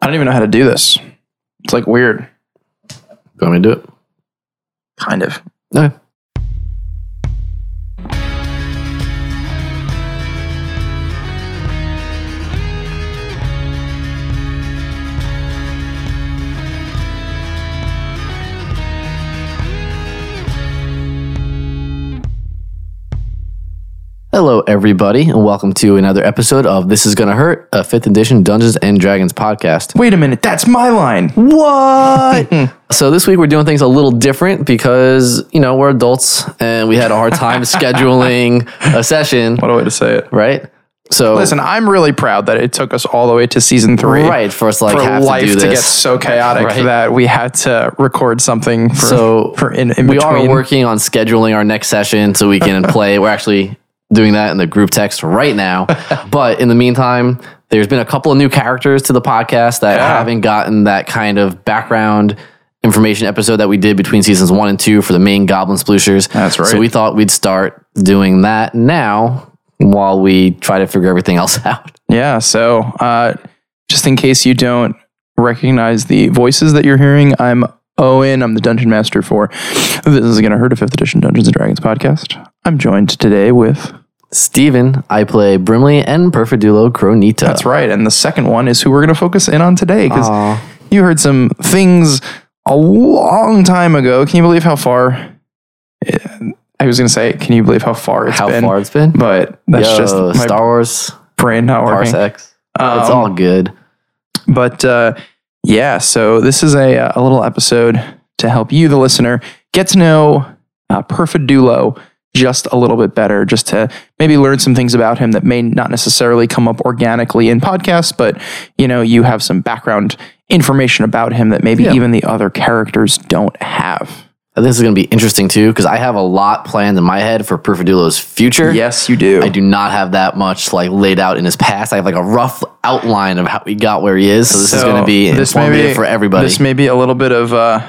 I don't even know how to do this. It's like weird, You want me to do it? kind of. No. Hello, everybody, and welcome to another episode of This Is Gonna Hurt, a fifth edition Dungeons and Dragons podcast. Wait a minute, that's my line. What? so this week we're doing things a little different because you know we're adults and we had a hard time scheduling a session, What a way to say it. right? So Listen, I'm really proud that it took us all the way to season three. right first like For have life to do to, get this. so chaotic Right. that we had to record something for, so for in, in we between. are working on scheduling our next session so we can play. We're actually doing that in the group text right now. but in the meantime, there's been a couple of new characters to the podcast that Yeah. haven't gotten that kind of background information episode that we did between seasons one and two for the main Goblin Splooshers. That's right. So we thought we'd start doing that now while we try to figure everything else out. Yeah. So, uh, just in case you don't recognize the voices that you're hearing, I'm Owen. I'm the Dungeon Master for This Is Gonna Hurt a Fifth Edition Dungeons and Dragons podcast. I'm joined today with. Steven, I play Brimley and Perfidulo Cronita. That's right. And the second one is who we're gonna focus in on today because Aw. you heard some things a long time ago. Can you believe how far? eh, I was gonna say, can you believe how far it's How been? far it's been? But that's Yo, just my Star Wars brain not working. parsecs. it's Um, all good. But uh, yeah, so this is a, uh, a little episode to help you, the listener, get to know uh, Perfidulo just a little bit better, just to maybe learn some things about him that may not necessarily come up organically in podcasts, but you know, you have some background information about him that maybe Yeah. even the other characters don't have. I think this is going to be interesting too because I have a lot planned in my head for Perfidulo's future. Yes, you do. I do not have that much like laid out in his past. I have like a rough outline of how he got where he is. So this is So going to be this may informative be- for everybody. This may be a little bit of uh,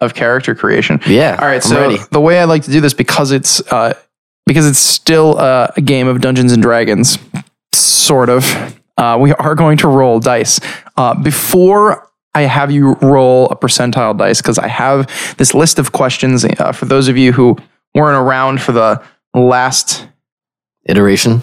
of character creation. Yeah, All right. I'm so ready. the way I like to do this because it's uh, because it's still uh, a game of Dungeons and Dragons, sort of. Uh, we are going to roll dice uh, before. I have you roll a percentile dice because I have this list of questions uh, for those of you who weren't around for the last Iteration.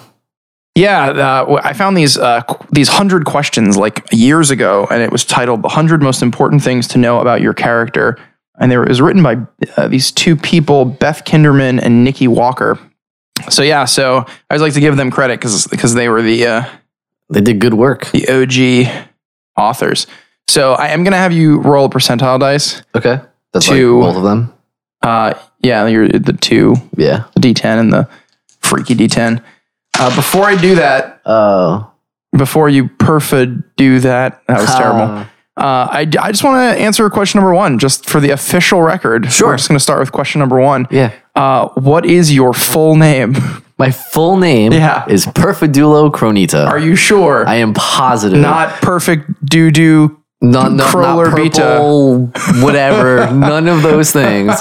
yeah, uh, w- I found these uh, qu- these hundred questions like years ago, and it was titled "The Hundred Most Important Things to Know About Your Character," and they were, it was written by uh, these two people, Beth Kinderman and Nikki Walker. So yeah, so I always like to give them credit because they were the uh, They did good work. the OG authors. So I am gonna have you roll percentile dice. Okay. That's Two. like both of them. Uh, yeah, you're the two, Yeah. the D10 and the freaky D10. Uh, before I do that, Oh. before you perfa do that. That was terrible. Uh, I, I just want to answer question number one, just for the official record. Sure. We're just going to start with question number one. Yeah. Uh, what is your full name? My full name Yeah. is Perfidulo Cronita. Are you sure? I am positive. Not perfect doo doo. None, no, Kroll not or purple, whatever. none of those things.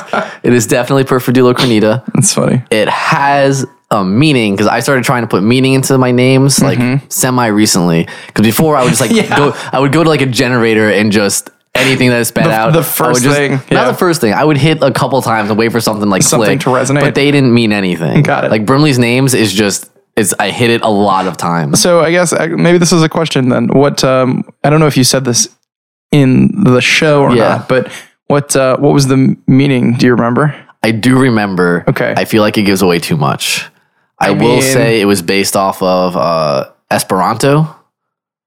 It is definitely Perfidulo Cronita. That's funny. It has a meaning because I started trying to put meaning into my names like Mm-hmm. semi recently. Because before I would just like go, I would go to like a generator and just anything that is spat out. the I would first just- thing, not yeah. the first thing. I would hit a couple times and wait for something like Something click, to resonate. But they didn't mean anything. Got it. Like Brimley's names is just is I hit it a lot of times. So I guess uh, maybe this is a question then. What um, I don't know if you said this in the show or Yeah. not, but what uh, what was the meaning? Do you remember? I do remember. Okay. I feel like it gives away too much. I, will mean- say it was based off of uh, Esperanto,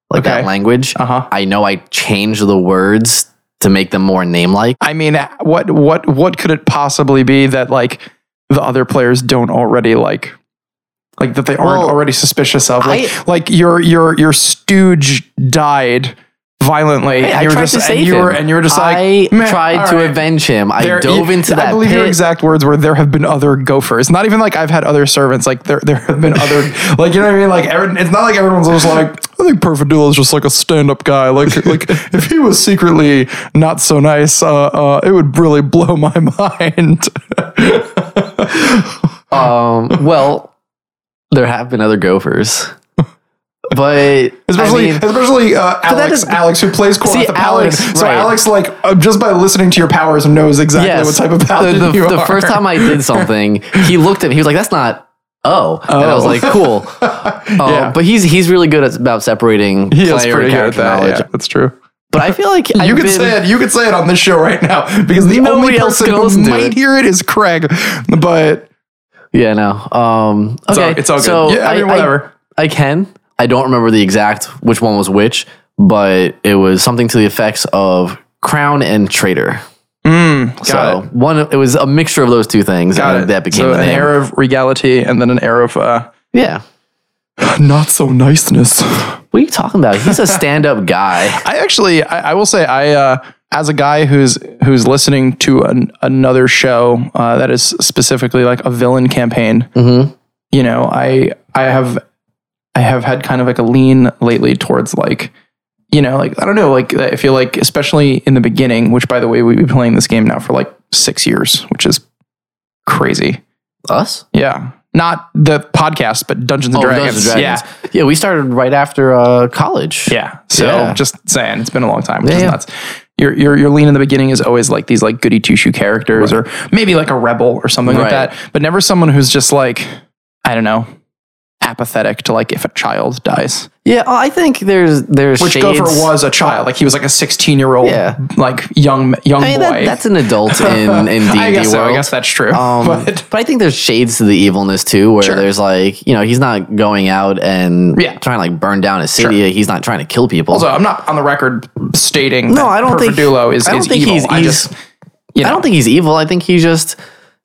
like that Okay. language. Uh huh. I know I changed the words to make them more name like. I mean, what what what could it possibly be that like the other players don't already like, like that they aren't Well, already suspicious of? Like, I- like your your your stooge died violently, I and you were tried just to and save you were him. and you were just I like, "Meh, tried to alright." avenge him. I There- dove you- into that I believe pit. your exact words were there have been other gophers. Not even like I've had other servants. Like there, there have been other. like you know what I mean. Like every, it's not like everyone's just like. I think Perfidula is just like a stand-up guy. Like like if he was secretly not so nice, uh, uh, it would really blow my mind. um, well, there have been other gophers. But Especially, I mean, especially uh, that Alex, is- Alex, who plays Quoth See, the Paladin. Alex, so right. Alex, like, uh, just by listening to your powers, knows exactly yes, what type of paladin the, the, you the are. first time I did something, he looked at me. He was like, "That's not." Oh. and I was Oh. like, "Cool." Uh, Yeah. But he's he's really good at about separating He is player pretty good and at character that. knowledge. Yeah, that's true. But I feel like You I've can been- say it. You can say it on this show right now because the only Nobody else person can who listen to might it. hear it is Craig. But Yeah, no. Um, okay, It's all, it's all good. So yeah, I mean, whatever. I can. I don't remember the exact which one was which, but it was something to the effects of crown and traitor. Mm, got so it. one, it was a mixture of those two things, Got and it. that became so the an name. air of regality and then an air of uh, yeah. not so niceness. I What are you talking about? He's a stand-up guy. actually, I, I will say, I uh, as a guy who's who's listening to an, another show uh, that is specifically like a villain campaign. Mhm. You know, I I have I have had kind of like a lean lately towards like you know like I don't know like I feel like especially in the beginning, which by the way we've been playing this game now for like six years, which is crazy. Us? Yeah. Not the podcast, but Dungeons and Oh, Dragons. Oh, Dungeons and Yeah. Dragons. Yeah, we started right after uh, college. Yeah. So Yeah. just saying, it's been a long time, which Yeah, is yeah. nuts. Your, your, your lean in the beginning is always like these like goody two shoe characters or maybe like a rebel or something like Right. that, but never someone who's just like, I don't know, apathetic to like if a child dies, Yeah, I think there's there's which shades. Gopher was a child. Like he was like a 16 year old, Yeah. like young, young I mean, boy. that, that's an adult in in D&D I guess, so. world. I guess that's true. Um, but but, I think there's shades to the evilness too, where Sure. there's like, you know, he's not going out and Yeah. trying to like burn down a city. He's not trying to kill people. also, I'm not on the record stating no, I don't think Perfidulo is, I don't is think evil. he's, I he's- just, you I know. don't think he's evil. I think he's just,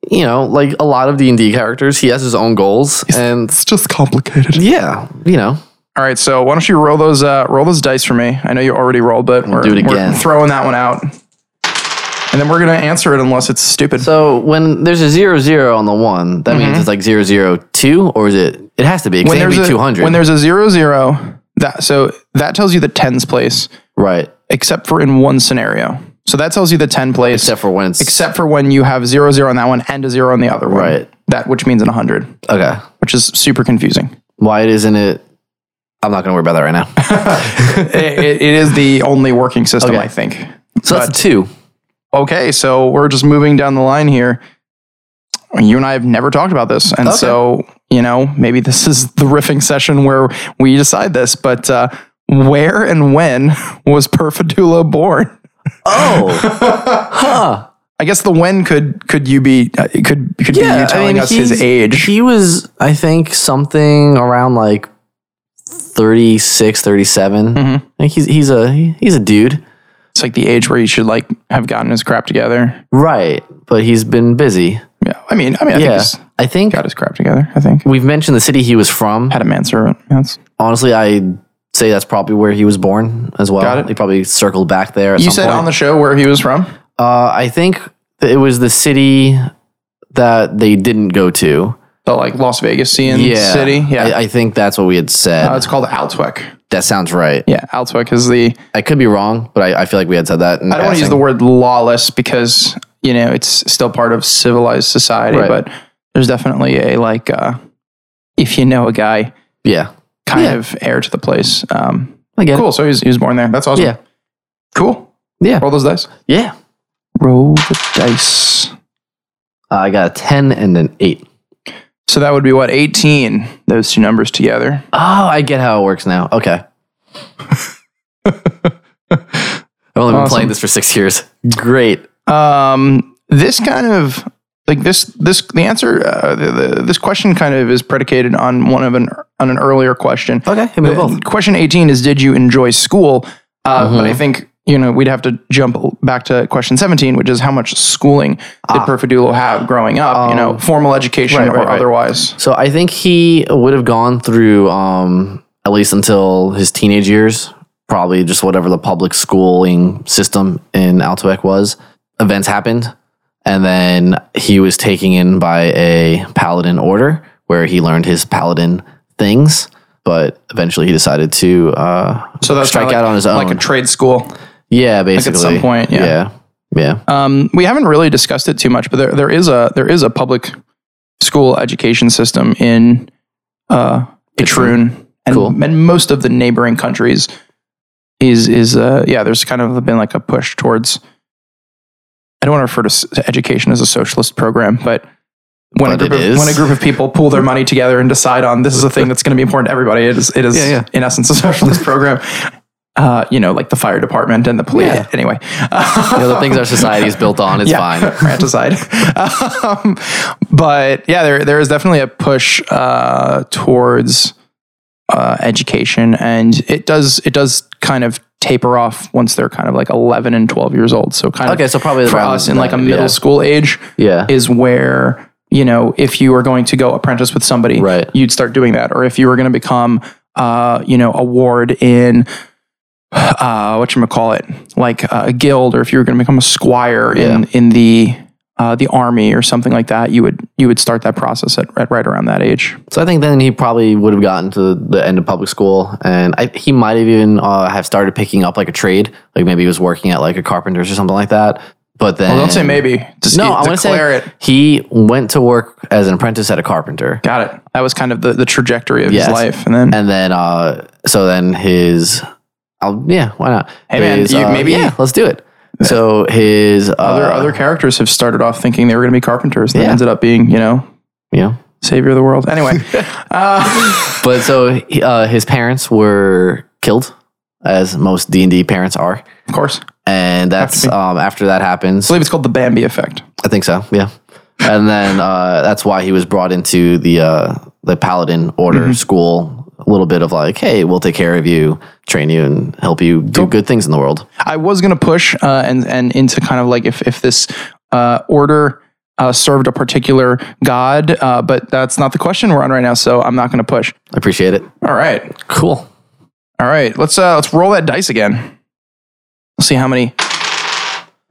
you know, like a lot of D and D characters, he has his own goals, and it's just complicated. yeah, you know, All right, so why don't you roll those uh, roll those dice for me? I know you already rolled, but we're, do it we're again. throwing that one out, and then we're gonna answer it unless it's stupid. so when there's a zero zero on the one, that means it's like zero zero two, or is it? It has to be. Mm-hmm. 'cause when it there's has to be a two hundred. when there's a zero zero, that so that tells you the tens place, right, except for in one scenario. So that tells you the ten place, except for when it's except for when you have zero zero on that one and a zero on the other one. Right. That which means in hundred, okay. which is super confusing. Why isn't it? I'm not going to worry about that right now. it, it- it is the only working system, Okay. I think. So But- that's two. okay, so we're just moving down the line here. You and I have never talked about this. And Okay. so, you know, maybe this is the riffing session where we decide this, but uh, where and when was Perfidula born? Oh, huh. I guess the when could could you be uh, could could be you telling us his he's- age. He was, I think, something around like 36, 37. Mm-hmm. I think he's he's a he's a dude, it's like the age where he should like have gotten his crap together. right? But he's been busy. Yeah. I mean, I mean, I think yeah, he's I think got his crap together, I think. we've mentioned the city he was from. Had a manservant. Yes. Honestly, I say that's probably where he was born as well. Got it. He probably circled back there. At You some said point. on the show where he was from? uh, I think that it was the city that they didn't go to. The like Las Vegas Yeah, city. Yeah. I, I think that's what we had said. Uh, it's called Altwec. that sounds right. Yeah, Altwec is the. I could be wrong, but I, I feel like we had said that. In I don't want to use the word lawless because you know it's still part of civilized society, Right. but there's definitely a like, uh, if you know a guy, Yeah. kind Yeah. of heir to the place. Um, I get cool. So he was, he was born there. That's awesome. Yeah. Cool. Yeah. Roll those dice. Yeah. Roll the dice. Uh, I got a 10 and an 8. So that would be what eighteen. Those two numbers together. Oh, I get how it works now. Okay. I've only been Awesome. playing this for six years. Great. Um, this kind of like this this the answer uh, the, the, this question kind of is predicated on one of an on an earlier question. Okay. Hit me The- Question 18 is Did you enjoy school? Uh, But Uh-huh. I think, you know, we'd have to jump back to question 17, which is how much schooling did Perfidulo have growing up, you know, formal education Ah. Um, right, or right, right. otherwise? So I think he would have gone through, um, at least until his teenage years, probably just whatever the public schooling system in Altoec was. Events happened. And then he was taken in by a paladin order where he learned his paladin things. But eventually he decided to uh, So that's strike kinda out like, on his own. like a trade school. yeah, basically. some point, yeah. Yeah. Yeah. Um, we haven't really discussed it too much, but there, there is a there is a public school education system in uh, Itrun, and, Cool. and most of the neighboring countries is is uh, yeah. There's kind of been like a push towards. I don't want to refer to s- to education as a socialist program, but when a But group it of, is. when a group of people pull their money together and decide on this is a thing that's going to be important to everybody, it is it is Yeah, yeah. in essence a socialist program. Uh, you know, like the fire department and the police. Yeah. Anyway, You know, the things our society is built on, it's fine. Ranticide. um, but yeah, there there is definitely a push uh, towards uh, education, and it does it does kind of taper off once they're kind of like eleven and twelve years old. So kind Okay, of so probably for around us in like a that, middle yeah. school age Yeah. is where you know if you were going to go apprentice with somebody, Right. you'd start doing that, or if you were going to become uh, you know a ward in uh, what you call it, like uh, a guild, or if you were going to become a squire in in the uh, the army or something like that, you would you would start that process at, at right around that age. So I think then he probably would have gotten to the end of public school, and I, he might have even uh, have started picking up like a trade, like maybe he was working at like a carpenter's or something like that. But then, Well, don't say maybe. Just de- No, I want to declare say it. he went to work as an apprentice at a carpenter, Got it. That was kind of the, the trajectory of Yes. his life, and then and then uh, so then his, I'll, yeah, why not? Hey, man, His, you- uh, maybe- yeah, let's do it. So his uh, other other characters have started off thinking they were going to be carpenters, and Yeah. then ended up being you know you know, savior of the world. Anyway, uh, but so he- uh, his parents were killed, as most D and D parents are. of course, I And that's um, after that happens. believe it's called the Bambi effect. I think so. Yeah. And then uh, that's why he was brought into the uh, the Paladin Order school. A little bit of like, hey, we'll take care of you, train you, and help you do good things in the world. I was gonna push uh, and and into kind of like if if this uh, order uh, served a particular god, uh, but that's not the question we're on right now, so I'm not gonna push. I appreciate it. All right, Cool. all right. Let's uh, let's roll that dice again. Let's see how many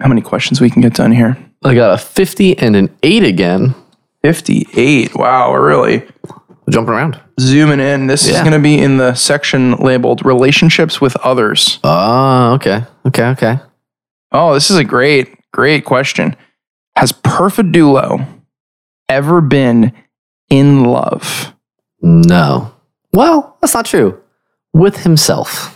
how many questions we can get done here. I got a fifty and an eight again. Fifty eight. Wow, we're really Jumping around. zooming in. This is Yeah. gonna be in the section labeled relationships with others. Oh, okay, okay, okay. Oh, this is a great, great question. Has Perfidulo ever been in love? No. Well, that's not true. With himself.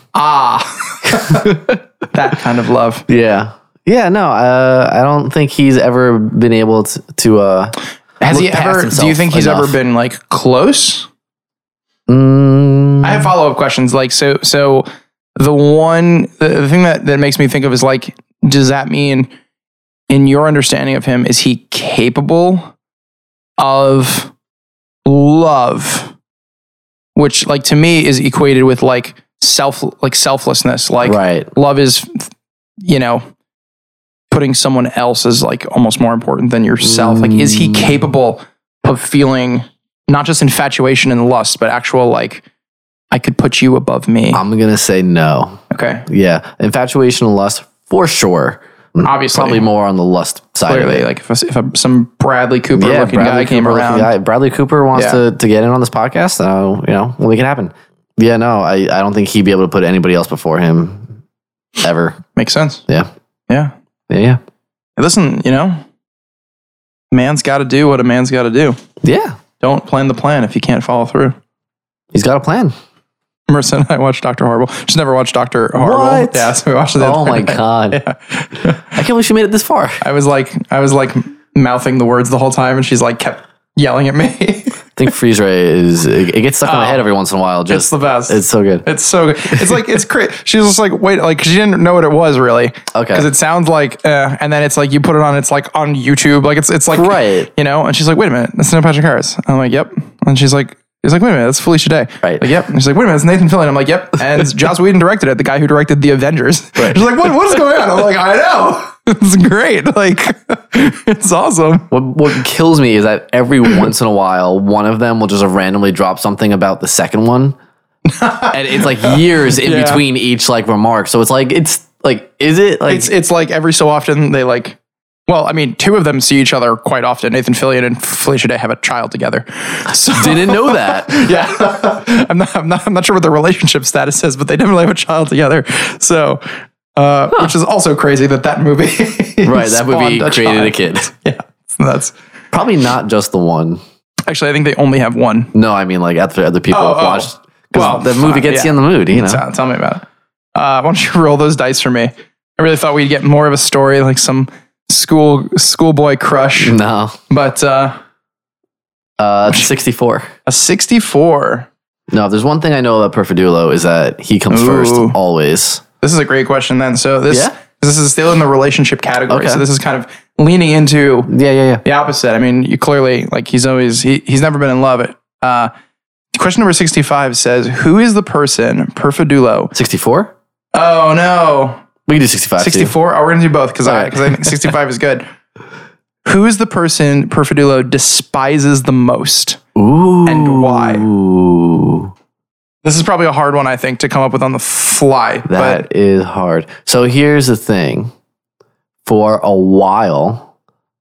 Ah, that kind of love. Yeah. Yeah. No. Uh, I don't think he's ever been able to. to uh, Has Look he past ever? Do you himself think he's ever enough. been like close? mm, I have follow up questions. Like, so, so the one, the, the thing that that makes me think of is like, does that mean, in your understanding of him, is he capable of love, which, like, to me, is equated with like self, like selflessness. Like, right. love is, you know. Putting someone else is like almost more important than yourself. Like, is he Mm. capable of feeling not just infatuation and lust, but actual like I could put you above me. I'm gonna say no. okay. Yeah, infatuation and lust for sure. Obviously. probably more on the lust side. of Clearly, it. like if, a, if a, some Bradley Cooper yeah, looking guy Bradley came Cooper around, looking guy. Bradley Cooper wants Yeah. to, to get in on this podcast. So you know, we'll make it happen. Yeah, no, I, I don't think he'd be able to put anybody else before him ever. makes sense. Yeah, Yeah. yeah, yeah. Listen, you know, man's got to do what a man's got to do. yeah. Don't plan the plan if you can't follow through. He's got a plan. Marissa and I watched Doctor Horrible. She's never watched Doctor Horrible. What? Yeah, so we watched it. the Oh other my night. god, I can't believe she made it this far. I was like, I was like mouthing the words the whole time, and she's like kept yelling at me. I think freeze ray is it, it gets stuck in my Oh. head every once in a while. it's Just the it's, best. so good. It's so good. It's like it's crazy. She was just like, wait, like 'cause she didn't know what it was really. Okay. Because it sounds like, uh, and then it's like you put it on. It's like on YouTube. Like it's it's like Right. You know. And she's like, wait a minute, that's not Patrick Harris. I'm like, yep. And she's like. He's like, wait a minute, that's Felicia Day. Right. Like, yep. And she's like, wait a minute, it's Nathan Fillion. I'm like, yep. And Joss Whedon directed it, the guy who directed The Avengers. She's like, what, what is going on? I'm like, I know. It's great. Like, it's awesome. What, what kills me is that every once in a while, one of them will just randomly drop something about the second one. and it's like years in Yeah. between each like remark. So it's like, it's like, is it like, It's it's like every so often they like. Well, I mean, two of them see each other quite often. Nathan Fillion and Felicia Day have a child together. So didn't know that. yeah, I'm not, I'm not I'm not sure what their relationship status is, but they definitely have a child together. So, uh, which is also crazy that that movie right. That movie spawned a created a child. kid. Yeah, that's Probably not just the one. actually I think they only have one. No, I mean like after other people Oh, have oh. watched. Well, the movie fine, gets yeah. you in the mood, you know. Tell, tell me about it. Uh, why don't you roll those dice for me? I really thought we'd get more of a story, like some school schoolboy crush, No. but uh, Uh, it's 64. a sixty-four. No, if there's one thing I know about Perfidulo is that he comes first Ooh. always. This is a great question. Then, so this Yeah? this is still in the relationship category. Okay. So this is kind of leaning into Yeah, yeah, yeah. the opposite. I mean, you clearly like he's always he, he's never been in love. Uh, question number sixty-five says, "Who is the person Perfidulo?" 64? Oh no, We can do 65. too. 64. Oh, we're gonna do both because I Alright. because I think 65 is good. Who is the person Perfidulo despises the most? Ooh. And why? Ooh. This is probably a hard one, I think, to come up with on the fly. but That is hard. So here's the thing. For a while,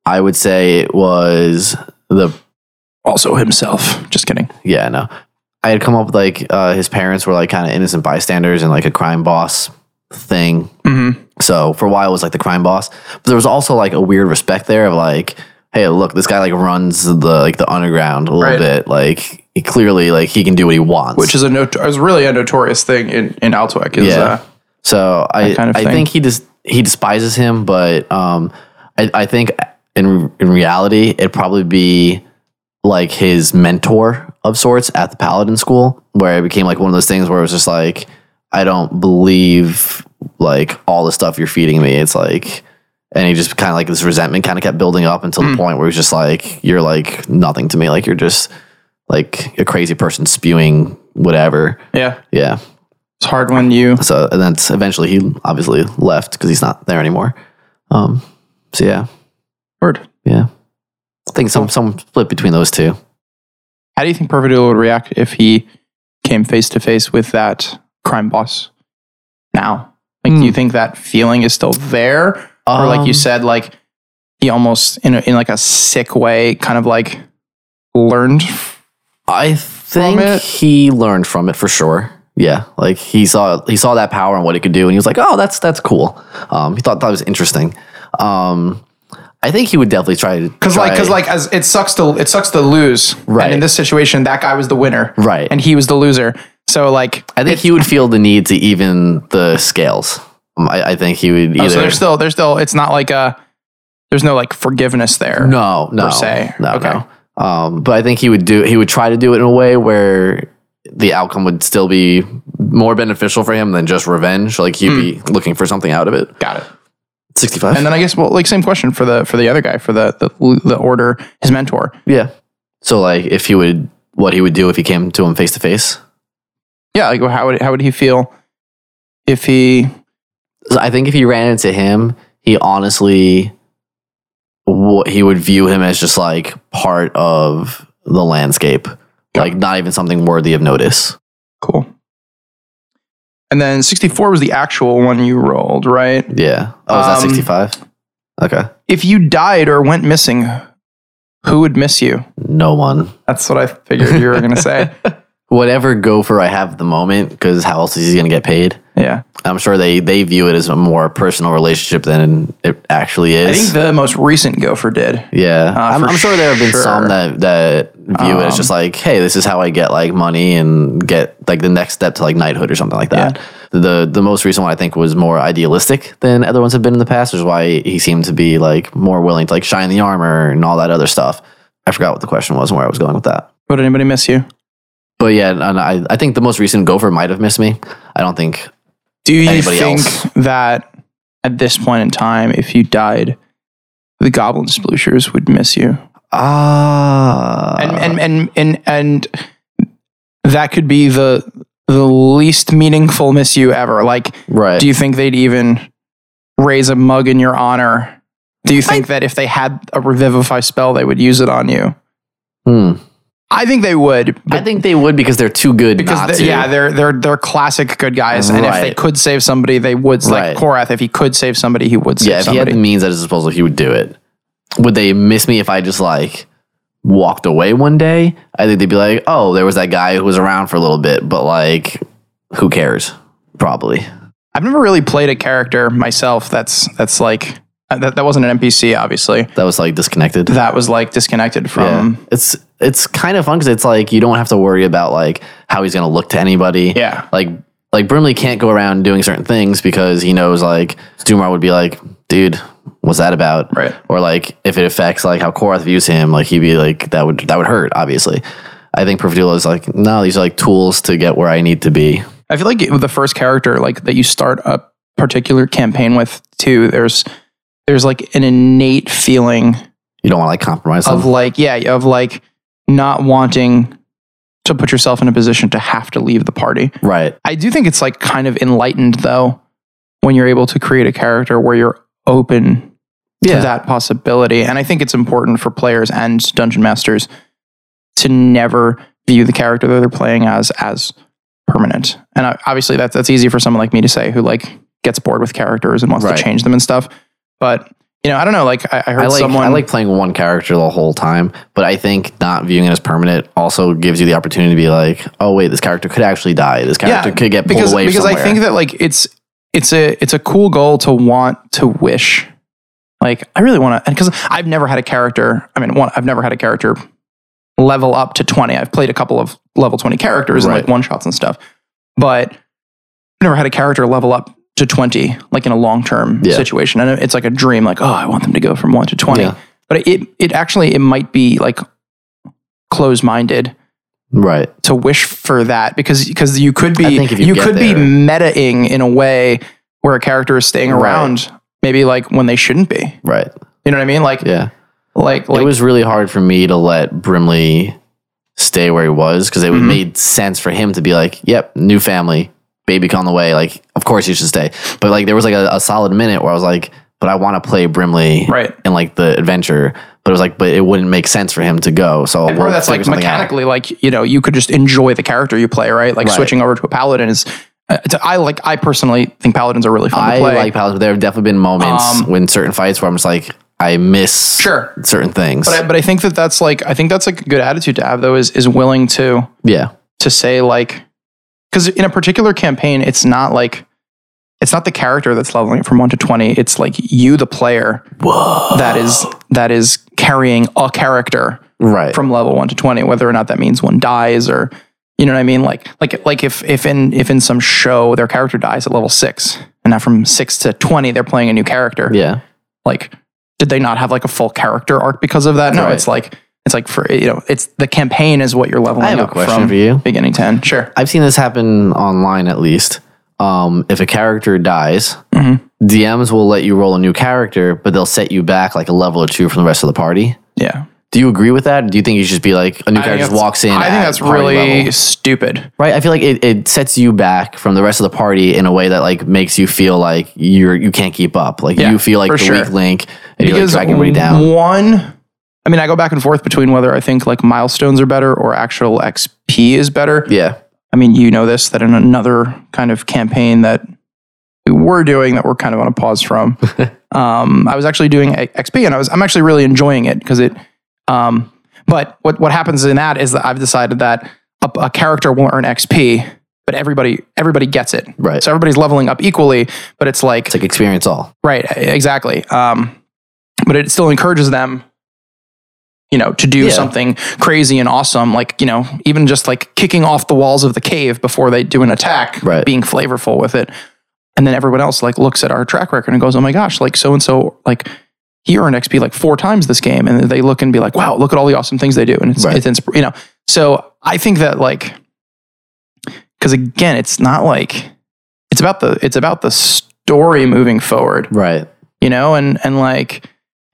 I would say it was the also himself. Just kidding. yeah, no. I had come up with like uh, his parents were like kind of innocent bystanders and like a crime boss thing. Mhm. So for a while it was like the crime boss, but there was also like a weird respect there of like, hey, look, this guy like runs the like the underground a little Right. bit. Like he clearly like he can do what he wants. Which is a not- is really a notorious thing in in Altwec. Is, Yeah. uh, So I, That kind of I thing. think he just he despises him, but um, I, I think in in reality it'd probably be like his mentor of sorts at the Paladin School, where it became like one of those things where it was just like I don't believe like all the stuff you're feeding me. It's like. And he just kind of like this resentment kind of kept building up until the point where he was just like, you're like nothing to me. Like, you're just like a crazy person spewing whatever. yeah, Yeah. it's hard when you. So and then eventually he obviously left because he's not there anymore. Um, so yeah, Word. yeah. I think some some split between those two. How do you think Perfidulo would react if he came face to face with that crime boss now? Like, do you think that feeling is still there? or like you Um, said, like he almost in a, in like a sick way, kind of like learned. I it? think he learned from it for sure. Yeah, like he saw he saw that power and what it could do, and he was like, "Oh, that's that's cool." Um, he thought that was interesting. Um, I think he would definitely try to Because like, because like, as it sucks to it sucks to lose. Right. And in this situation, that guy was the winner. Right. And he was the loser. So like, I think he would feel the need to even the scales. Um, I, I think he would either. Oh, so there's still there's still it's not like a there's no like forgiveness there. No, no, se. no, Okay. no. Um, but I think he would do. He would try to do it in a way where the outcome would still be more beneficial for him than just revenge. Like he'd Hmm. be looking for something out of it. Got it. Sixty-five. And uh, then I guess well, like same question for the for the other guy for the the, the order his mentor. yeah. So like, if he would, what he would do if he came to him face to face. Yeah. Like how would how would he feel if he So I think if he ran into him, he honestly, what he would view him as just like part of the landscape, like not even something worthy of notice. Cool. And then 64 was the actual one you rolled, right? Yeah. Oh, is that Um, sixty-five? Okay. If you died or went missing, who would miss you? No one. That's what I figured you were going to say. whatever gopher I have at the moment, because how else is he going to get paid? Yeah. I'm sure they, they view it as a more personal relationship than it actually I is. think the most recent gopher did. yeah, I'm, for I'm sure there have been sure. Um, some that that view it as just like, hey, this is how I get like money and get like the next step to like knighthood or something like that. The the most recent one I think was more idealistic than other ones have been in the past, which is why he seemed to be like more willing to like shine the armor and all that other stuff. I forgot what the question was and where I was going with that. Would anybody miss you? But yeah, and I, I think the most recent gopher might have missed me. I don't think Do you Anybody think else? that at this point in time, if you died, the goblin splooshers would miss you? Ah. and and and and and that could be the the least meaningful miss you ever. Like right. Do you think they'd even raise a mug in your honor? Do you think that if they had a revivify spell, they would use it on you? Hmm. I think they would, I but think they would because they're too good because not they- to. yeah, they're they're they're classic good guys, and if they Right. could save somebody, they would. Like Right. Korath, if he could save somebody, he would save yeah. If he had somebody. the means at his disposal, he would do it. Would they miss me if I just like walked away one day? I think they'd be like, "Oh, there was that guy who was around for a little bit, but like, who cares?" Probably. I've never really played a character myself. That's that's like uh, that, that wasn't an NPC, obviously. That was like disconnected. That was like disconnected Yeah. from. Um, It's it's kind of fun because it's like you don't have to worry about like how he's going to look to anybody. Yeah. Like like Brimley can't go around doing certain things because he knows like Dumar would be like, dude, what's that about? Right. Or like if it affects like how Korath views him, like he'd be like that would that would hurt obviously. I think Perfidula is like, no, these are like tools to get where I need to be. I feel like it- with the first character, like that you start a particular campaign with, too. There's there's like an innate feeling You don't want to like compromise. of Them. like, yeah, of like not wanting to put yourself in a position to have to leave the party. Right. I do think it's like kind of enlightened though when you're able to create a character where you're open to that possibility. And I think it's important for players and dungeon masters to never view the character that they're playing as as permanent. And I, obviously that's that's easy for someone like me to say who like gets bored with characters and wants Right. to change them and stuff. But you know, I don't know. Like I, I heard I like someone I like playing one character the whole time, but I think not viewing it as permanent also gives you the opportunity to be like, oh wait, this character could actually die. This character could get pulled because, away because somewhere. I think that like it's it's a it's a cool goal to want to wish. Like I really want to because I've never had a character. I mean, one I've never had a character level up to twenty. I've played a couple of level twenty characters and Right. like one shots and stuff, but I've never had a character level up to twenty like in a long term Yeah. situation. And it's like a dream. Like oh, I want them to go from one to twenty. Yeah. But it it actually it might be like close minded right. to wish for that because because you could be I think if you you get could be there- metaing in a way where a character is staying Right. around maybe like when they shouldn't be. Right. You know what I mean? Like Yeah. like it like was really hard for me to let Brimley stay where he was because it Mm-hmm. would made sense for him to be like, "Yep, new family, baby on the way." Like, of course you should stay. But like, there was like a, a solid minute where I was like, "But I want to play Brimley Right. in like the adventure." But it was like, but it wouldn't make sense for him to go. So or that's like mechanically like you know you could just enjoy the character you play right like Right. switching over to a paladin is uh, to- I like I personally think paladins are really fun I to play like Paladin. but There have definitely been moments Um, when certain fights where I'm just like, I miss Sure. certain things. but I, but I think that that's like I think that's like a good attitude to have though is is willing to yeah, to say like because in a particular campaign it's not like it's not the character that's leveling it from 1 to 20 it's like you the player that is Oh. that is carrying a character right. from level 1 to 20 whether or not that means one dies or you know what i mean like like like if if in if in some show their character dies at level 6 and now from 6 to 20 they're playing a new character yeah, like did they not have like a full character arc because of that no Right. it's like it's like for you know it's the campaign is what you're leveling I have a up question from for you. beginning to end sure I've seen this happen online at least. Um, if a character dies, Mm-hmm. DMs will let you roll a new character, but they'll set you back like a level or two from the rest of the party. Yeah. Do you agree with that? Or do you think you should just be like a new character just that's- walks in? I at think that's party really level? stupid. right. I feel like it, it sets you back from the rest of the party in a way that like makes you feel like you're you can't keep up. Like Yeah, you feel like for the sure. weak link and you're like dragging everybody down. one, I mean, I go back and forth between whether I think like milestones are better or actual XP is better. Yeah. I mean, you know this that in another kind of campaign that we were doing that we're kind of on a pause from, um, I was actually doing a- XP and I was I'm actually really enjoying it because it. Um, but what what happens in that is that I've decided that a, a character will earn XP, but everybody everybody gets it. Right. So everybody's leveling up equally, but it's like It's like experience all. Right, e, exactly. Um, but it still encourages them, you know, to do Yeah. something crazy and awesome, like you know, even just like kicking off the walls of the cave before they do an attack, Right. being flavorful with it. And then everyone else like looks at our track record and goes, "Oh my gosh, like so and so, like he earned XP like four times this game," and they look and be like, "Wow, look at all the awesome things they do," and it's Right. it's insp- you know. So I think that like, because again, it's not like it's about the it's about the story moving forward Right. you know and and like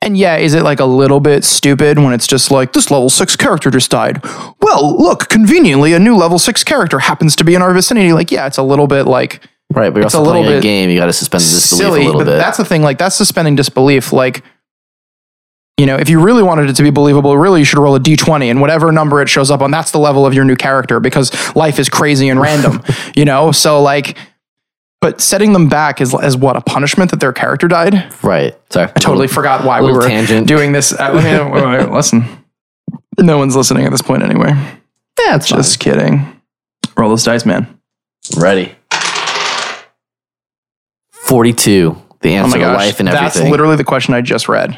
and yeah is it like a little bit stupid when it's just like this level 6 character just died well look conveniently a new level 6 character happens to be in our vicinity like yeah it's a little bit like Right. But you're It's also a little playing a bit game. You got to suspend the disbelief silly a little but bit. that's the thing like that's suspending disbelief like you know if you really wanted it to be believable really you should roll a d20 and whatever number it shows up on that's the level of your new character because life is crazy and random you know so like but setting them back is, is what a punishment that their character died right. Sorry. I totally forgot why we little were tangent. doing this. I mean, wait, wait, wait, listen, no one's listening at this point anyway. That's Just kidding. Roll those dice, man. Ready. 42. The answer to life and Oh that's everything. literally the question I just read.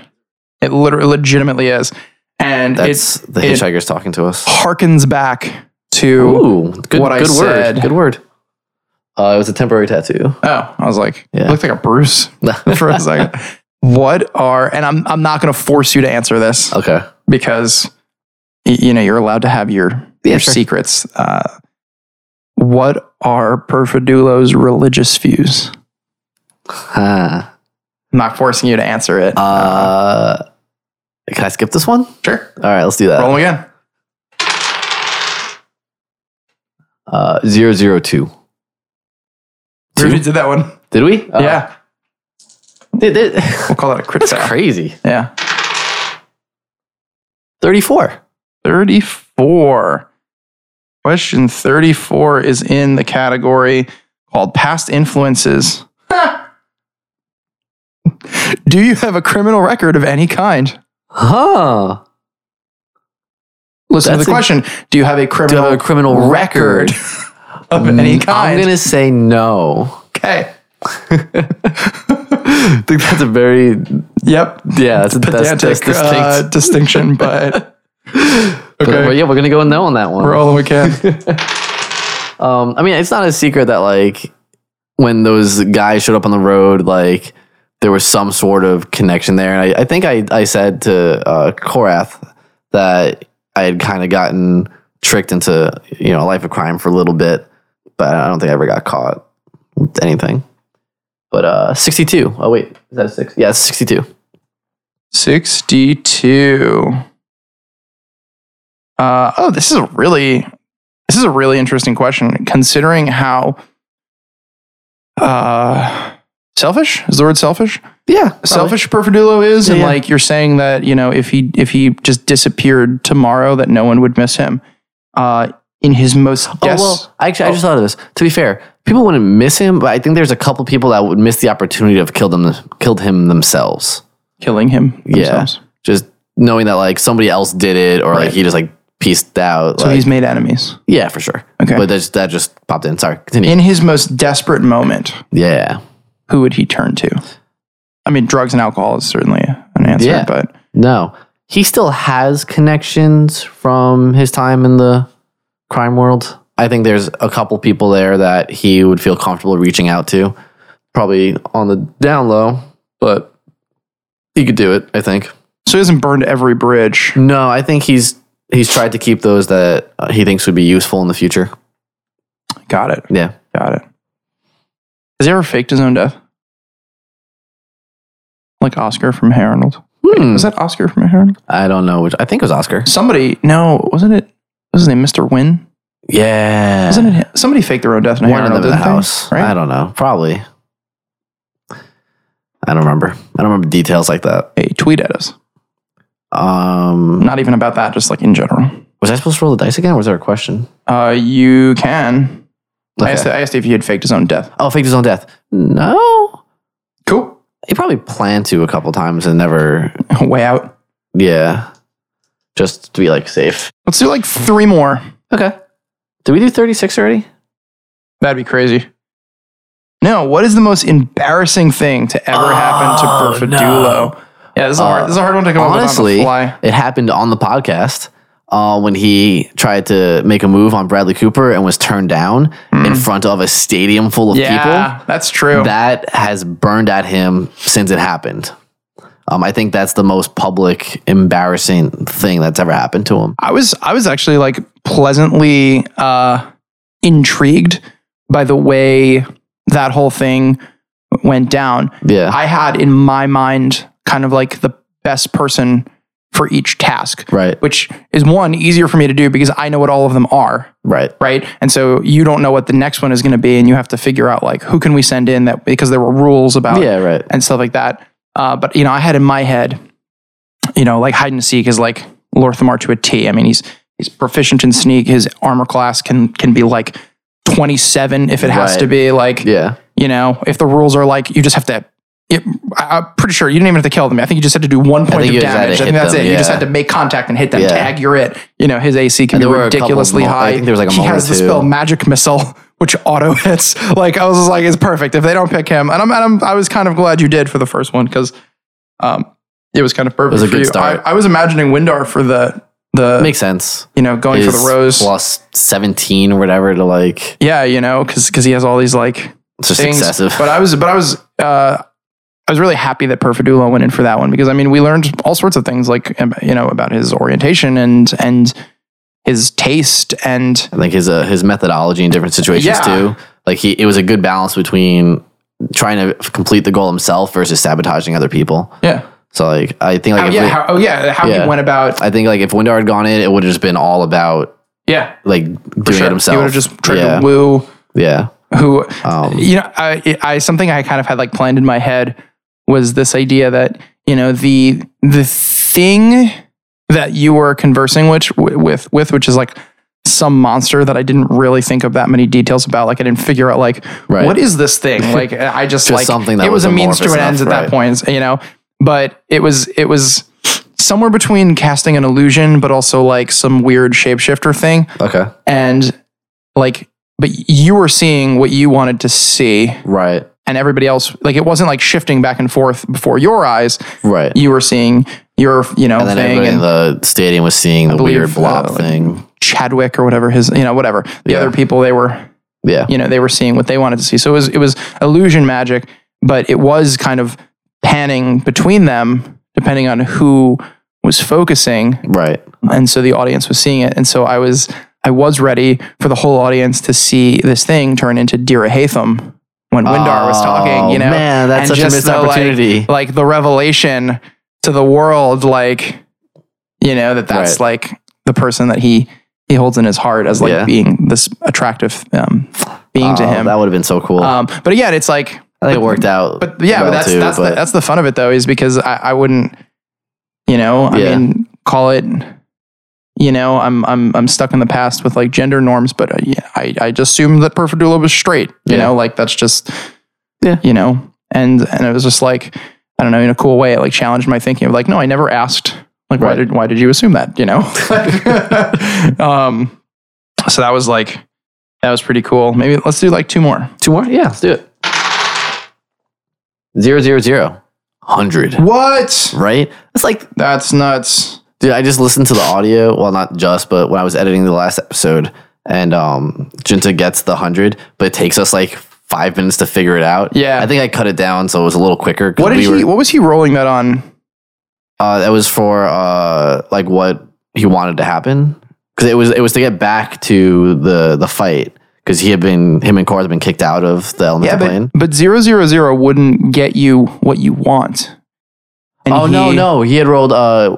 It literally, legitimately is. and That's it's the it hitchhiker's talking to us. harkens back to Ooh, good, what I good word. said. Good word. Uh, it was a temporary tattoo. oh, I was like, Yeah. it looked like a Bruce for a second. What are and I'm I'm not going to force you to answer this Okay. because y- you know you're allowed to have your Yeah, your sure. secrets. Uh, what are Perfidulo's religious views? Huh. I'm not forcing you to answer it. Uh, can I skip this one? All sure, right, let's do that. roll 'em again. Uh, zero zero two. We already did that one. Did we? Uh, yeah, did- did- we'll call that a crit. that's fail. crazy. Yeah, Thirty four. thirty four. Question thirty four is in the category called past influences. Do you have a criminal record of any kind? Huh. Listen to That's the a- question. Do you have a Do you criminal have a criminal record of any Mm, I'm kind? gonna say no. okay. I think that's a very Yep. yeah. That's, that's, Pedantic that's distinct. uh, distinction, but But, okay. but yeah, we're gonna go no on that one. we're all we can. Um, I mean, it's not a secret that like when those guys showed up on the road, like there was some sort of connection there. And I, I think I, I said to uh, Korath that I had kind of gotten tricked into you know a life of crime for a little bit, but I don't think I ever got caught with anything. But uh, sixty-two. Oh wait, is that six? Yeah, it's sixty-two. 62. Uh, oh, this is a really this is a really interesting question considering how uh selfish is the word selfish Yeah, selfish Perfidulo is, Yeah, and yeah. like you're saying that you know if he if he just disappeared tomorrow, that no one would miss him. Uh, in his most yes, Oh, well, actually, I just thought of this. To be fair, people wouldn't miss him, but I think there's a couple people that would miss the opportunity to have killed them, killed him themselves. killing him. Yeah. themselves. Just knowing that like somebody else did it, or like he just like pieced out. so like- he's made enemies. yeah, for sure. Okay. but that's, that just popped in. Sorry, continue. In his most desperate moment, yeah, who would he turn to? I mean, drugs and alcohol is certainly an answer, Yeah. but no, he still has connections from his time in the crime world. I think there's a couple people there that he would feel comfortable reaching out to, probably on the down low, but he could do it. I think. so he hasn't burned every bridge. No, I think he's he's tried to keep those that uh, he thinks would be useful in the future. Got it. Yeah. Got it. Has he ever faked his own death? Like Oscar from Harold. Hmm. Was that Oscar from Harold? I don't know which. I think it was Oscar. somebody no wasn't it was his name mr wynn Yeah. wasn't it him? somebody faked their own death in one of Harold, them in Uh, the didn't they? house? right I don't know. Probably. I don't remember. I don't remember details like that. hey tweet at us Um, not even about that just like in general was I supposed to roll the dice again? Or was there a question? uh you can I, Okay. asked, I asked if he had faked his own death oh, faked his own death. No, cool he probably planned to a couple times and never. way out Yeah, just to be like safe. let's do like three more Okay. Did we do thirty six already? that'd be crazy no what is the most embarrassing thing to ever happen to Oh, no. perfidulo yeah this is, a hard, Uh, this is a hard one to come honestly, up with on the fly it happened on the podcast uh, when he tried to make a move on Bradley Cooper and was turned down in front of a stadium full of yeah that's true people. That has burned at him since it happened. Um, I think that's the most public, embarrassing thing that's ever happened to him. I was I was actually like pleasantly uh, intrigued by the way that whole thing went down. Yeah. I had in my mind kind of like the best person for each task, right. which is one easier for me to do because I know what all of them are, Right. right? And so you don't know what the next one is going to be, and you have to figure out like who can we send in that because there were rules about Yeah. Right. and stuff like that. Uh, but you know, I had in my head, you know, like hide and seek is like Lorthamar to a T. I mean, he's he's proficient in sneak. His armor class can can be like twenty seven if it has Right. to be. Like Yeah. you know, if the rules are like you just have to. It, I- I'm pretty sure you didn't even have to kill them. I think you just had to do one point think of you just had to damage. I hit think that's them, it. You just yeah. had to make contact and hit them. Yeah. Tag, you're it. You know, his AC can And be there were a couple of ridiculously mo- high. I think there was, like, a he moment has or the two. spell Magic Missile, which auto hits. Like I was just like, it's perfect. If they don't pick him, and I'm, and I'm I was kind of glad you did for the first one because, um, It was kind of perfect. was a for good you. start. I, I was imagining Windar for the the Makes sense. you know going for the Is rose. plus seventeen or whatever to like. Yeah, you know because he has all these like It's just things. excessive. But I was but I was uh, I was really happy that Perfidulo went in for that one because I mean we learned all sorts of things like um, you know about his orientation and and his taste and I think his uh, his methodology in different situations Yeah. too. Like he, it was a good balance between trying to f- complete the goal himself versus sabotaging other people. yeah So like I think like oh, if yeah we- how, oh yeah how Yeah. he went about I think like if Windar had gone in, it would have just been all about yeah like for doing sure it himself. he would have just tried yeah. to woo yeah. who Um, you know I, I something i kind of had like planned in my head was this idea that you know the the thing that you were conversing which with with which is like some monster that i didn't really think of that many details about like i didn't figure out like Right. what is this thing like i just, Just like something that it was a was means to amorphous an end at enough, that point you know but it was it was somewhere between casting an illusion but also like some weird shapeshifter thing Okay. and like but you were seeing what you wanted to see Right. and everybody else like it wasn't like shifting back and forth before your eyes Right. you were seeing your you know and then thing everybody in and the stadium was seeing the believe, weird blob uh, like- thing. chadwick or whatever his you know whatever the Yeah. other people they were Yeah. you know they were seeing what they wanted to see so it was it was illusion magic but it was kind of panning between them depending on who was focusing Right. and so the audience was seeing it and so i was i was ready for the whole audience to see this thing turn into Dira Hatham when Windar was talking Oh, you know man, that's such a missed the, like- opportunity. like, the revelation to the world like you know that that's like the person that he he holds in his heart as like Yeah. being this attractive um being to Oh, him That would have been so cool. um but again it's like I think it worked out. but yeah, well, but that's too, that's the, but- that's the fun of it though, is because I, I wouldn't, you know, I Yeah. mean, call it, you know, I'm I'm I'm stuck in the past with like gender norms, but uh, yeah, I I just assumed that Perfidula was straight, you Yeah. know, like that's just, Yeah. you know, and and it was just like I don't know, in a cool way, it like challenged my thinking of like, no, I never asked, like why Right. did why did you assume that, you know, um, so that was like that was pretty cool. Maybe let's do like two more. Two more? Yeah, let's do it. Zero, zero, zero. Hundred. What? Right? It's like, That's nuts. dude, I just listened to the audio. Well, not just, but when I was editing the last episode and um Junta gets the hundred, but it takes us like five minutes to figure it out. Yeah. I think I cut it down so it was a little quicker. 'cause What did we he? were- What was he rolling that on? uh, that was for uh like what he wanted to happen. Cause it was it was to get back to the the fight. Cause he had been him and Cora had been kicked out of the elemental plane. but, but zero zero zero wouldn't get you what you want. And oh no, he- no, he had rolled uh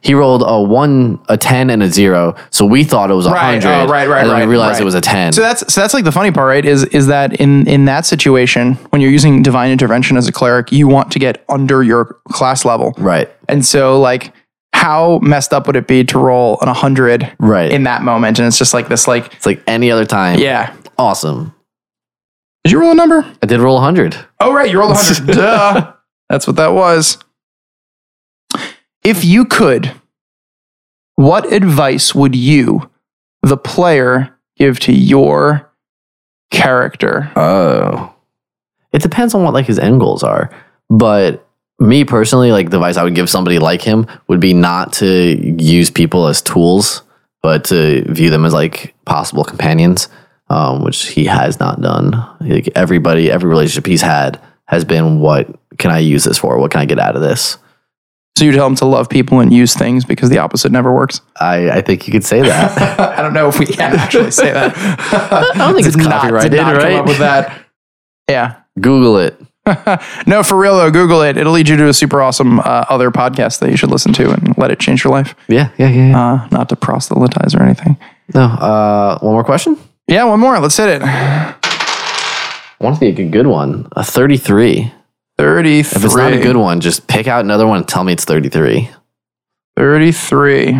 he rolled a one, a ten, and a zero. So we thought it was a Right, hundred. oh, right, right, And then right, we realized right. it was a ten. So that's so that's like the funny part, right? Is is that in in that situation when you're using divine intervention as a cleric, you want to get under your class level, right, and so like how messed up would it be to roll an hundred right. in that moment? And it's just like this, like it's like any other time. yeah. awesome. Did you roll a number? I did roll a hundred. Oh, right. You rolled a 100. Duh. That's what that was. If you could, what advice would you, the player, give to your character? Oh, it depends on what like his end goals are. But me personally, like the advice I would give somebody like him would be not to use people as tools, but to view them as like possible companions, um, which he has not done. Like everybody, every relationship he's had has been what can I use this for? What can I get out of this? So you tell them to love people and use things because the opposite never works. I, I think you could say that. I don't know if we can actually say that. I don't think it's copyrighted, Come right? up with that. Yeah. Google it. No, for real though. Google it. It'll lead you to a super awesome uh, other podcast that you should listen to and let it change your life. Yeah, yeah, yeah. yeah. Uh, not to proselytize or anything. no, uh, one more question. Yeah, one more. Let's hit it. I want to think a good one. A thirty-three. 33. If it's not a good one, just pick out another one and tell me it's 33. 33.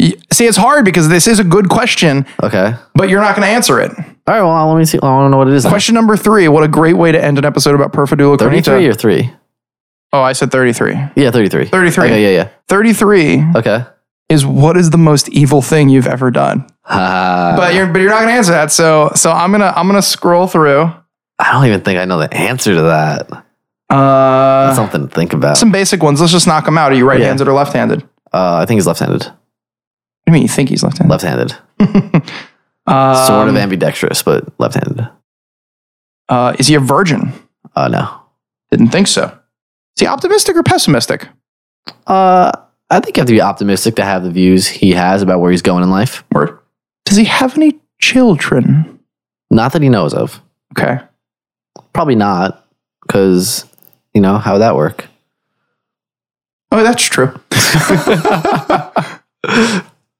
Y- See, it's hard because this is a good question, Okay. All but you're not going to answer it. right. Well, let me see. I want to know what it is. then. Question number three. What a great way to end an episode about Perfidula 33 Cornita. or 3? Oh, I said 33. Yeah, 33. 33. Okay. Yeah, 33 yeah. Okay. is what is the most evil thing you've ever done? Uh, But you're but you're not going to answer that. So so I'm going to I'm going to scroll through. I don't even think I know the answer to that. Uh, that's something to think about. Some basic ones. Let's just knock them out. Are you right Yeah. handed or left handed? What uh, I think he's left-handed. do you mean you think he's left handed? Left-handed. Um, sort of ambidextrous, but left-handed. Uh, is he a virgin? Uh, no. Didn't think so. Is he optimistic or pessimistic? Uh, I think you have to be optimistic to have the views he has about where he's going in life. Or does he have any children? Not that he knows of. Okay. Probably not, because you know how would that work. Oh, that's true.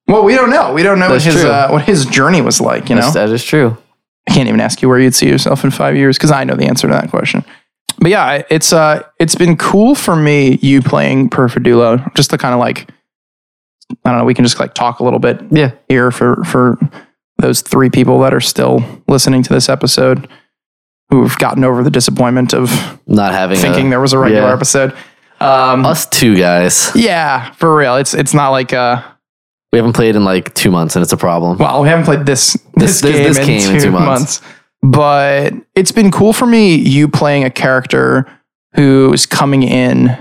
well, we don't know. We don't know what That's his, true. uh, what his journey was like, you know? That's- that is true. I can't even ask you where you'd see yourself in five years because I know the answer to that question. But yeah, I- it's uh, it's been cool for me you playing Perfidulo just to kind of like, I don't know, we can just like talk a little bit Yeah. here for for those three people that are still listening to this episode who've gotten over the disappointment of Not having thinking a, there was a regular yeah. episode. Um, us two guys. yeah, for real, it's it's not like uh, We haven't played in like two months, and it's a problem. Well, we haven't played this this, This- this- game, this in, game two in two months. months. but it's been cool for me. You playing a character who is coming in,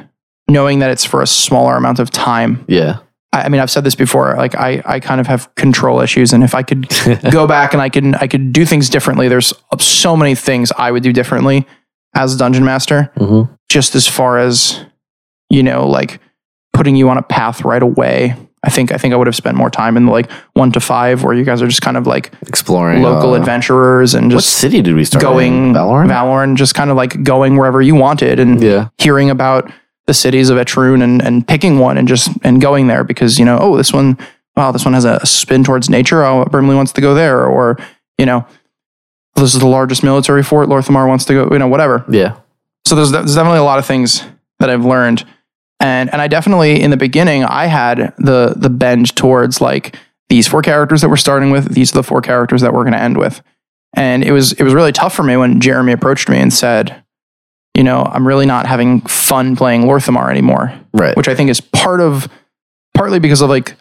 knowing that it's for a smaller amount of time. yeah. I, I mean, I've said this before. Like, I I kind of have control issues, and if I could go back and I can I could do things differently, there's so many things I would do differently as a dungeon master hmm just as far as you know like putting you on a path right away i think i think i would have spent more time in the like one to five where you guys are just kind of like Exploring local uh, adventurers and What just city did we start? going in? Valorant. Valorant, just kind of like going wherever you wanted and yeah. hearing about the cities of Etrun and, and picking one and just and going there because you know oh this one wow this one has a spin towards nature oh Brimley wants to go there or you know this is the largest military fort Lorthamar wants to go you know whatever Yeah. so there's, there's definitely a lot of things that I've learned, and and I definitely in the beginning I had the the bend towards like these four characters that we're starting with. These are the four characters that we're going to end with, and it was it was really tough for me when Jeremy approached me and said, you know, I'm really not having fun playing Lorthamar anymore, Right. which I think is part of partly because of like.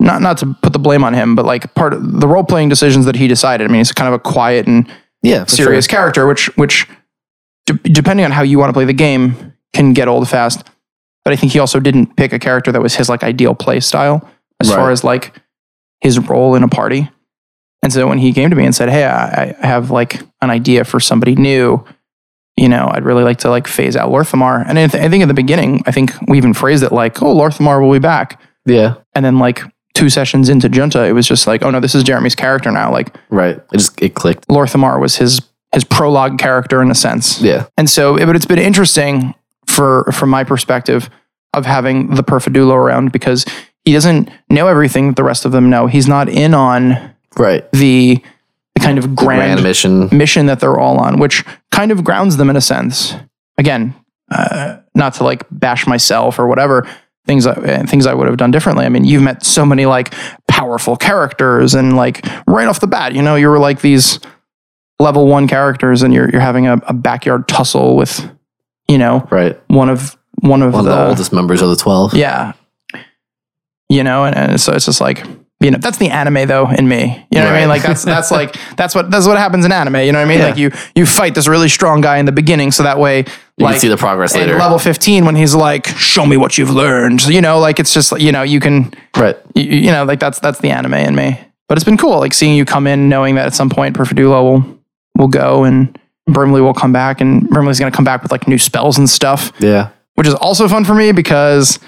Not, not to put the blame on him, but like part of the role playing decisions that he decided. I mean, he's kind of a quiet and yeah. for serious character, which which de- depending on how you want to play the game can get old fast. But I think he also didn't pick a character that was his like ideal play style as far Right. as like his role in a party. And so when he came to me and said, "Hey, I, I have like an idea for somebody new," you know, I'd really like to like phase out Lorthamar. And I, th- I think in the beginning, I think we even phrased it like, "Oh, Lorthamar will be back." Sure. Yeah. And then like two sessions into Junta, it was just like, "Oh no, this is Jeremy's character now." Like Right. It just it clicked. Lorthamar was his his prologue character in a sense. Yeah. And so, but it's been interesting for from my perspective of having the Perfidulo around because he doesn't know everything that the rest of them know. He's not in on Right. the the kind of grand, Grand mission. mission that they're all on, which kind of grounds them in a sense. Again, uh, not to like bash myself or whatever things I, eh, things I would have done differently. I mean, you've met so many like powerful characters, and like right off the bat, you know, you were like these level one characters, and you're you're having a, a backyard tussle with, you know, Right. one of one of One of the the oldest members of the twelve. yeah. You know, and, and so it's just like, you know, that's the anime though in me. You know what I mean? Right. Like that's that's like that's what that's what happens in anime. You know what I mean? Yeah. Like you you fight this really strong guy in the beginning, so that way You like can see the progress at later. level fifteen when he's like, show me what you've learned. You know, like it's just you know you can Right. you, you know like that's that's the anime in me. But it's been cool like seeing you come in, knowing that at some point Perfidulo will will go and Brimley will come back, and Brimley's gonna come back with like new spells and stuff Yeah. which is also fun for me because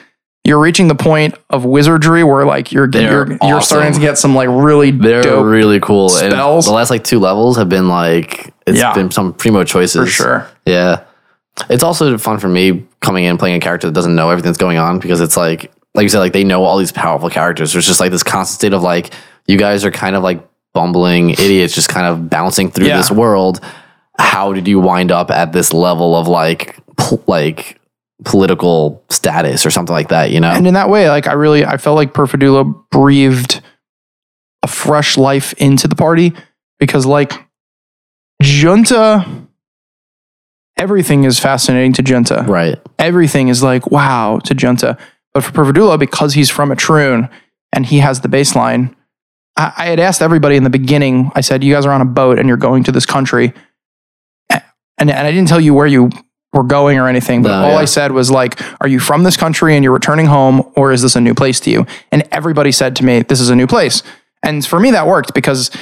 you're reaching the point of wizardry where like you're They're you're, you're awesome. starting to get some like really They're dope really cool. And spells. the last like two levels have been like it's Yeah. been some primo choices. for sure. Yeah. It's also fun for me coming in and playing a character that doesn't know everything that's going on because it's like like you said, like they know all these powerful characters. There's just like this constant state of like you guys are kind of like bumbling idiots just kind of bouncing through Yeah. this world. How did you wind up at this level of like pol- like political status or something like that, you know? And in that way, like I really I felt like Perfidulo breathed a fresh life into the party because like Junta everything is fascinating to Junta. right. everything is like wow to Junta. But for Pervidula, because he's from a Troon and he has the baseline, I, I had asked everybody in the beginning. I said, "You guys are on a boat and you're going to this country," A- and and I didn't tell you where you we're going or anything. But No, all yeah. I said was like, "Are you from this country and you're returning home, or is this a new place to you?" And everybody said to me, "This is a new place." And for me, that worked because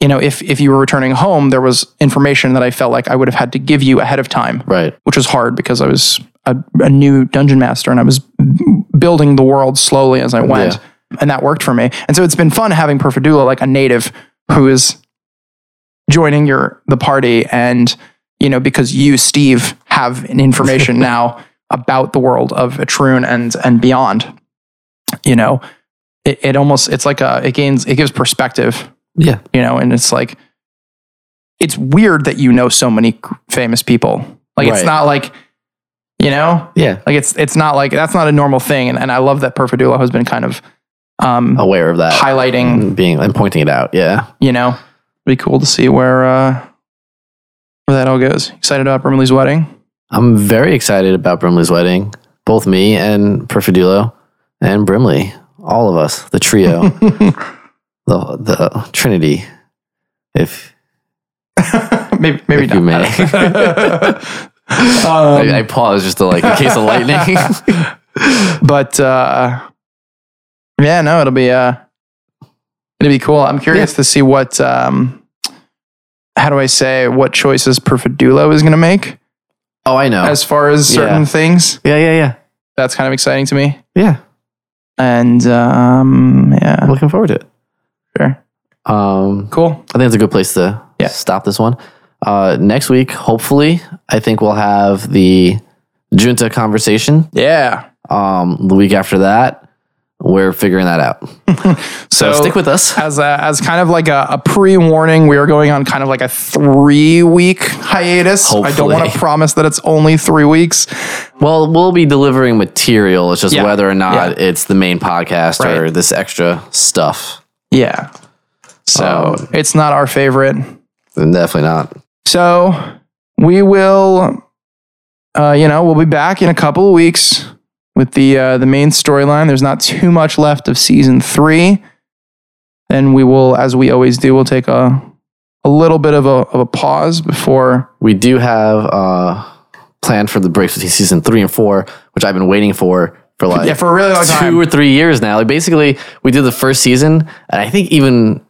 you know, if if you were returning home, there was information that I felt like I would have had to give you ahead of time Right. which was hard because I was a, a new dungeon master and I was building the world slowly as I went. And that worked for me. And so it's been fun having Perfidula like a native who is joining your the party and you know because you Steve have an information now about the world of Etrune and and beyond. You know, it, it almost it's like a it gains it gives perspective Yeah. you know and it's like it's weird that you know so many c- famous people like it's Right. not like you know Yeah. like it's it's not like that's not a normal thing and, and i love that perfidula has been kind of um Aware of that. highlighting and being and pointing it out. Yeah. you know be cool to see where uh where that all goes excited about brimley's wedding I'm very excited about Brimley's wedding. Both me and Perfidulo and Brimley, all of us, the trio, the the Trinity. If maybe maybe If you not I don't know. Um, I, I pause just to like in case of lightning. but uh yeah no it'll be uh it'll be cool i'm curious to see what um how do i say what choices perfidulo is going to make oh, I know. as far as certain Yeah. things yeah, yeah, yeah, that's kind of exciting to me yeah. and um yeah I'm looking forward to it. sure. Um, cool I think it's a good place to Yeah. stop this one. Uh, next week, hopefully, I think we'll have the junta conversation. yeah Um, the week after that, we're figuring that out. so, stick with us. as a, as kind of like a, a pre-warning we are going on kind of like a three week hiatus i don't Hopefully. want to promise that it's only three weeks Well, we'll be delivering material. It's just Yeah. whether or not it's the main podcast or Right. this extra stuff. yeah so Um, it's not our favorite Then Definitely not. So we will, uh, you know, we'll be back in a couple of weeks with the uh, the main storyline. There's not too much left of season three. Then we will, as we always do, we'll take a a little bit of a of a pause before. We do have uh, planned for the breaks between season three and four, which I've been waiting for for like a really long two or three years now. Like basically, we did the first season, and I think even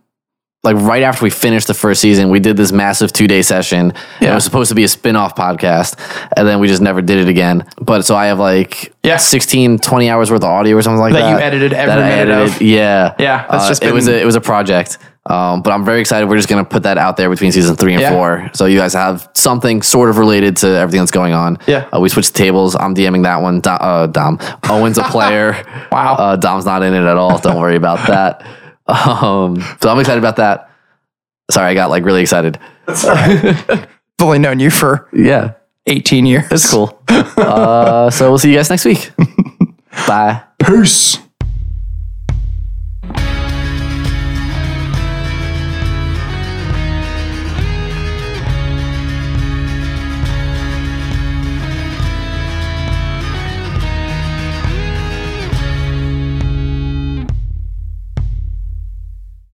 like right after we finished the first season, we did this massive two day session. And it Yeah. was supposed to be a spin off podcast, and then we just never did it again. But so I have like Yeah. 16, 20 hours worth of audio or something like that. That you edited every that I minute edited. of. Yeah. Yeah, that's Uh, just it was been- a it was a project. Um, but I'm very excited. We're just gonna put that out there between season three and Yeah. four, so you guys have something sort of related to everything that's going on. Yeah. Uh, we switched tables. I'm DMing that one. Dom, uh, Dom. Owen's a player. Wow. Uh, Dom's not in it at all. Don't worry about that. Um, so I'm excited about that. Sorry, I got like really excited. I've only known you for Yeah, 18 years. it's cool. uh, so we'll see you guys next week. Bye. Peace.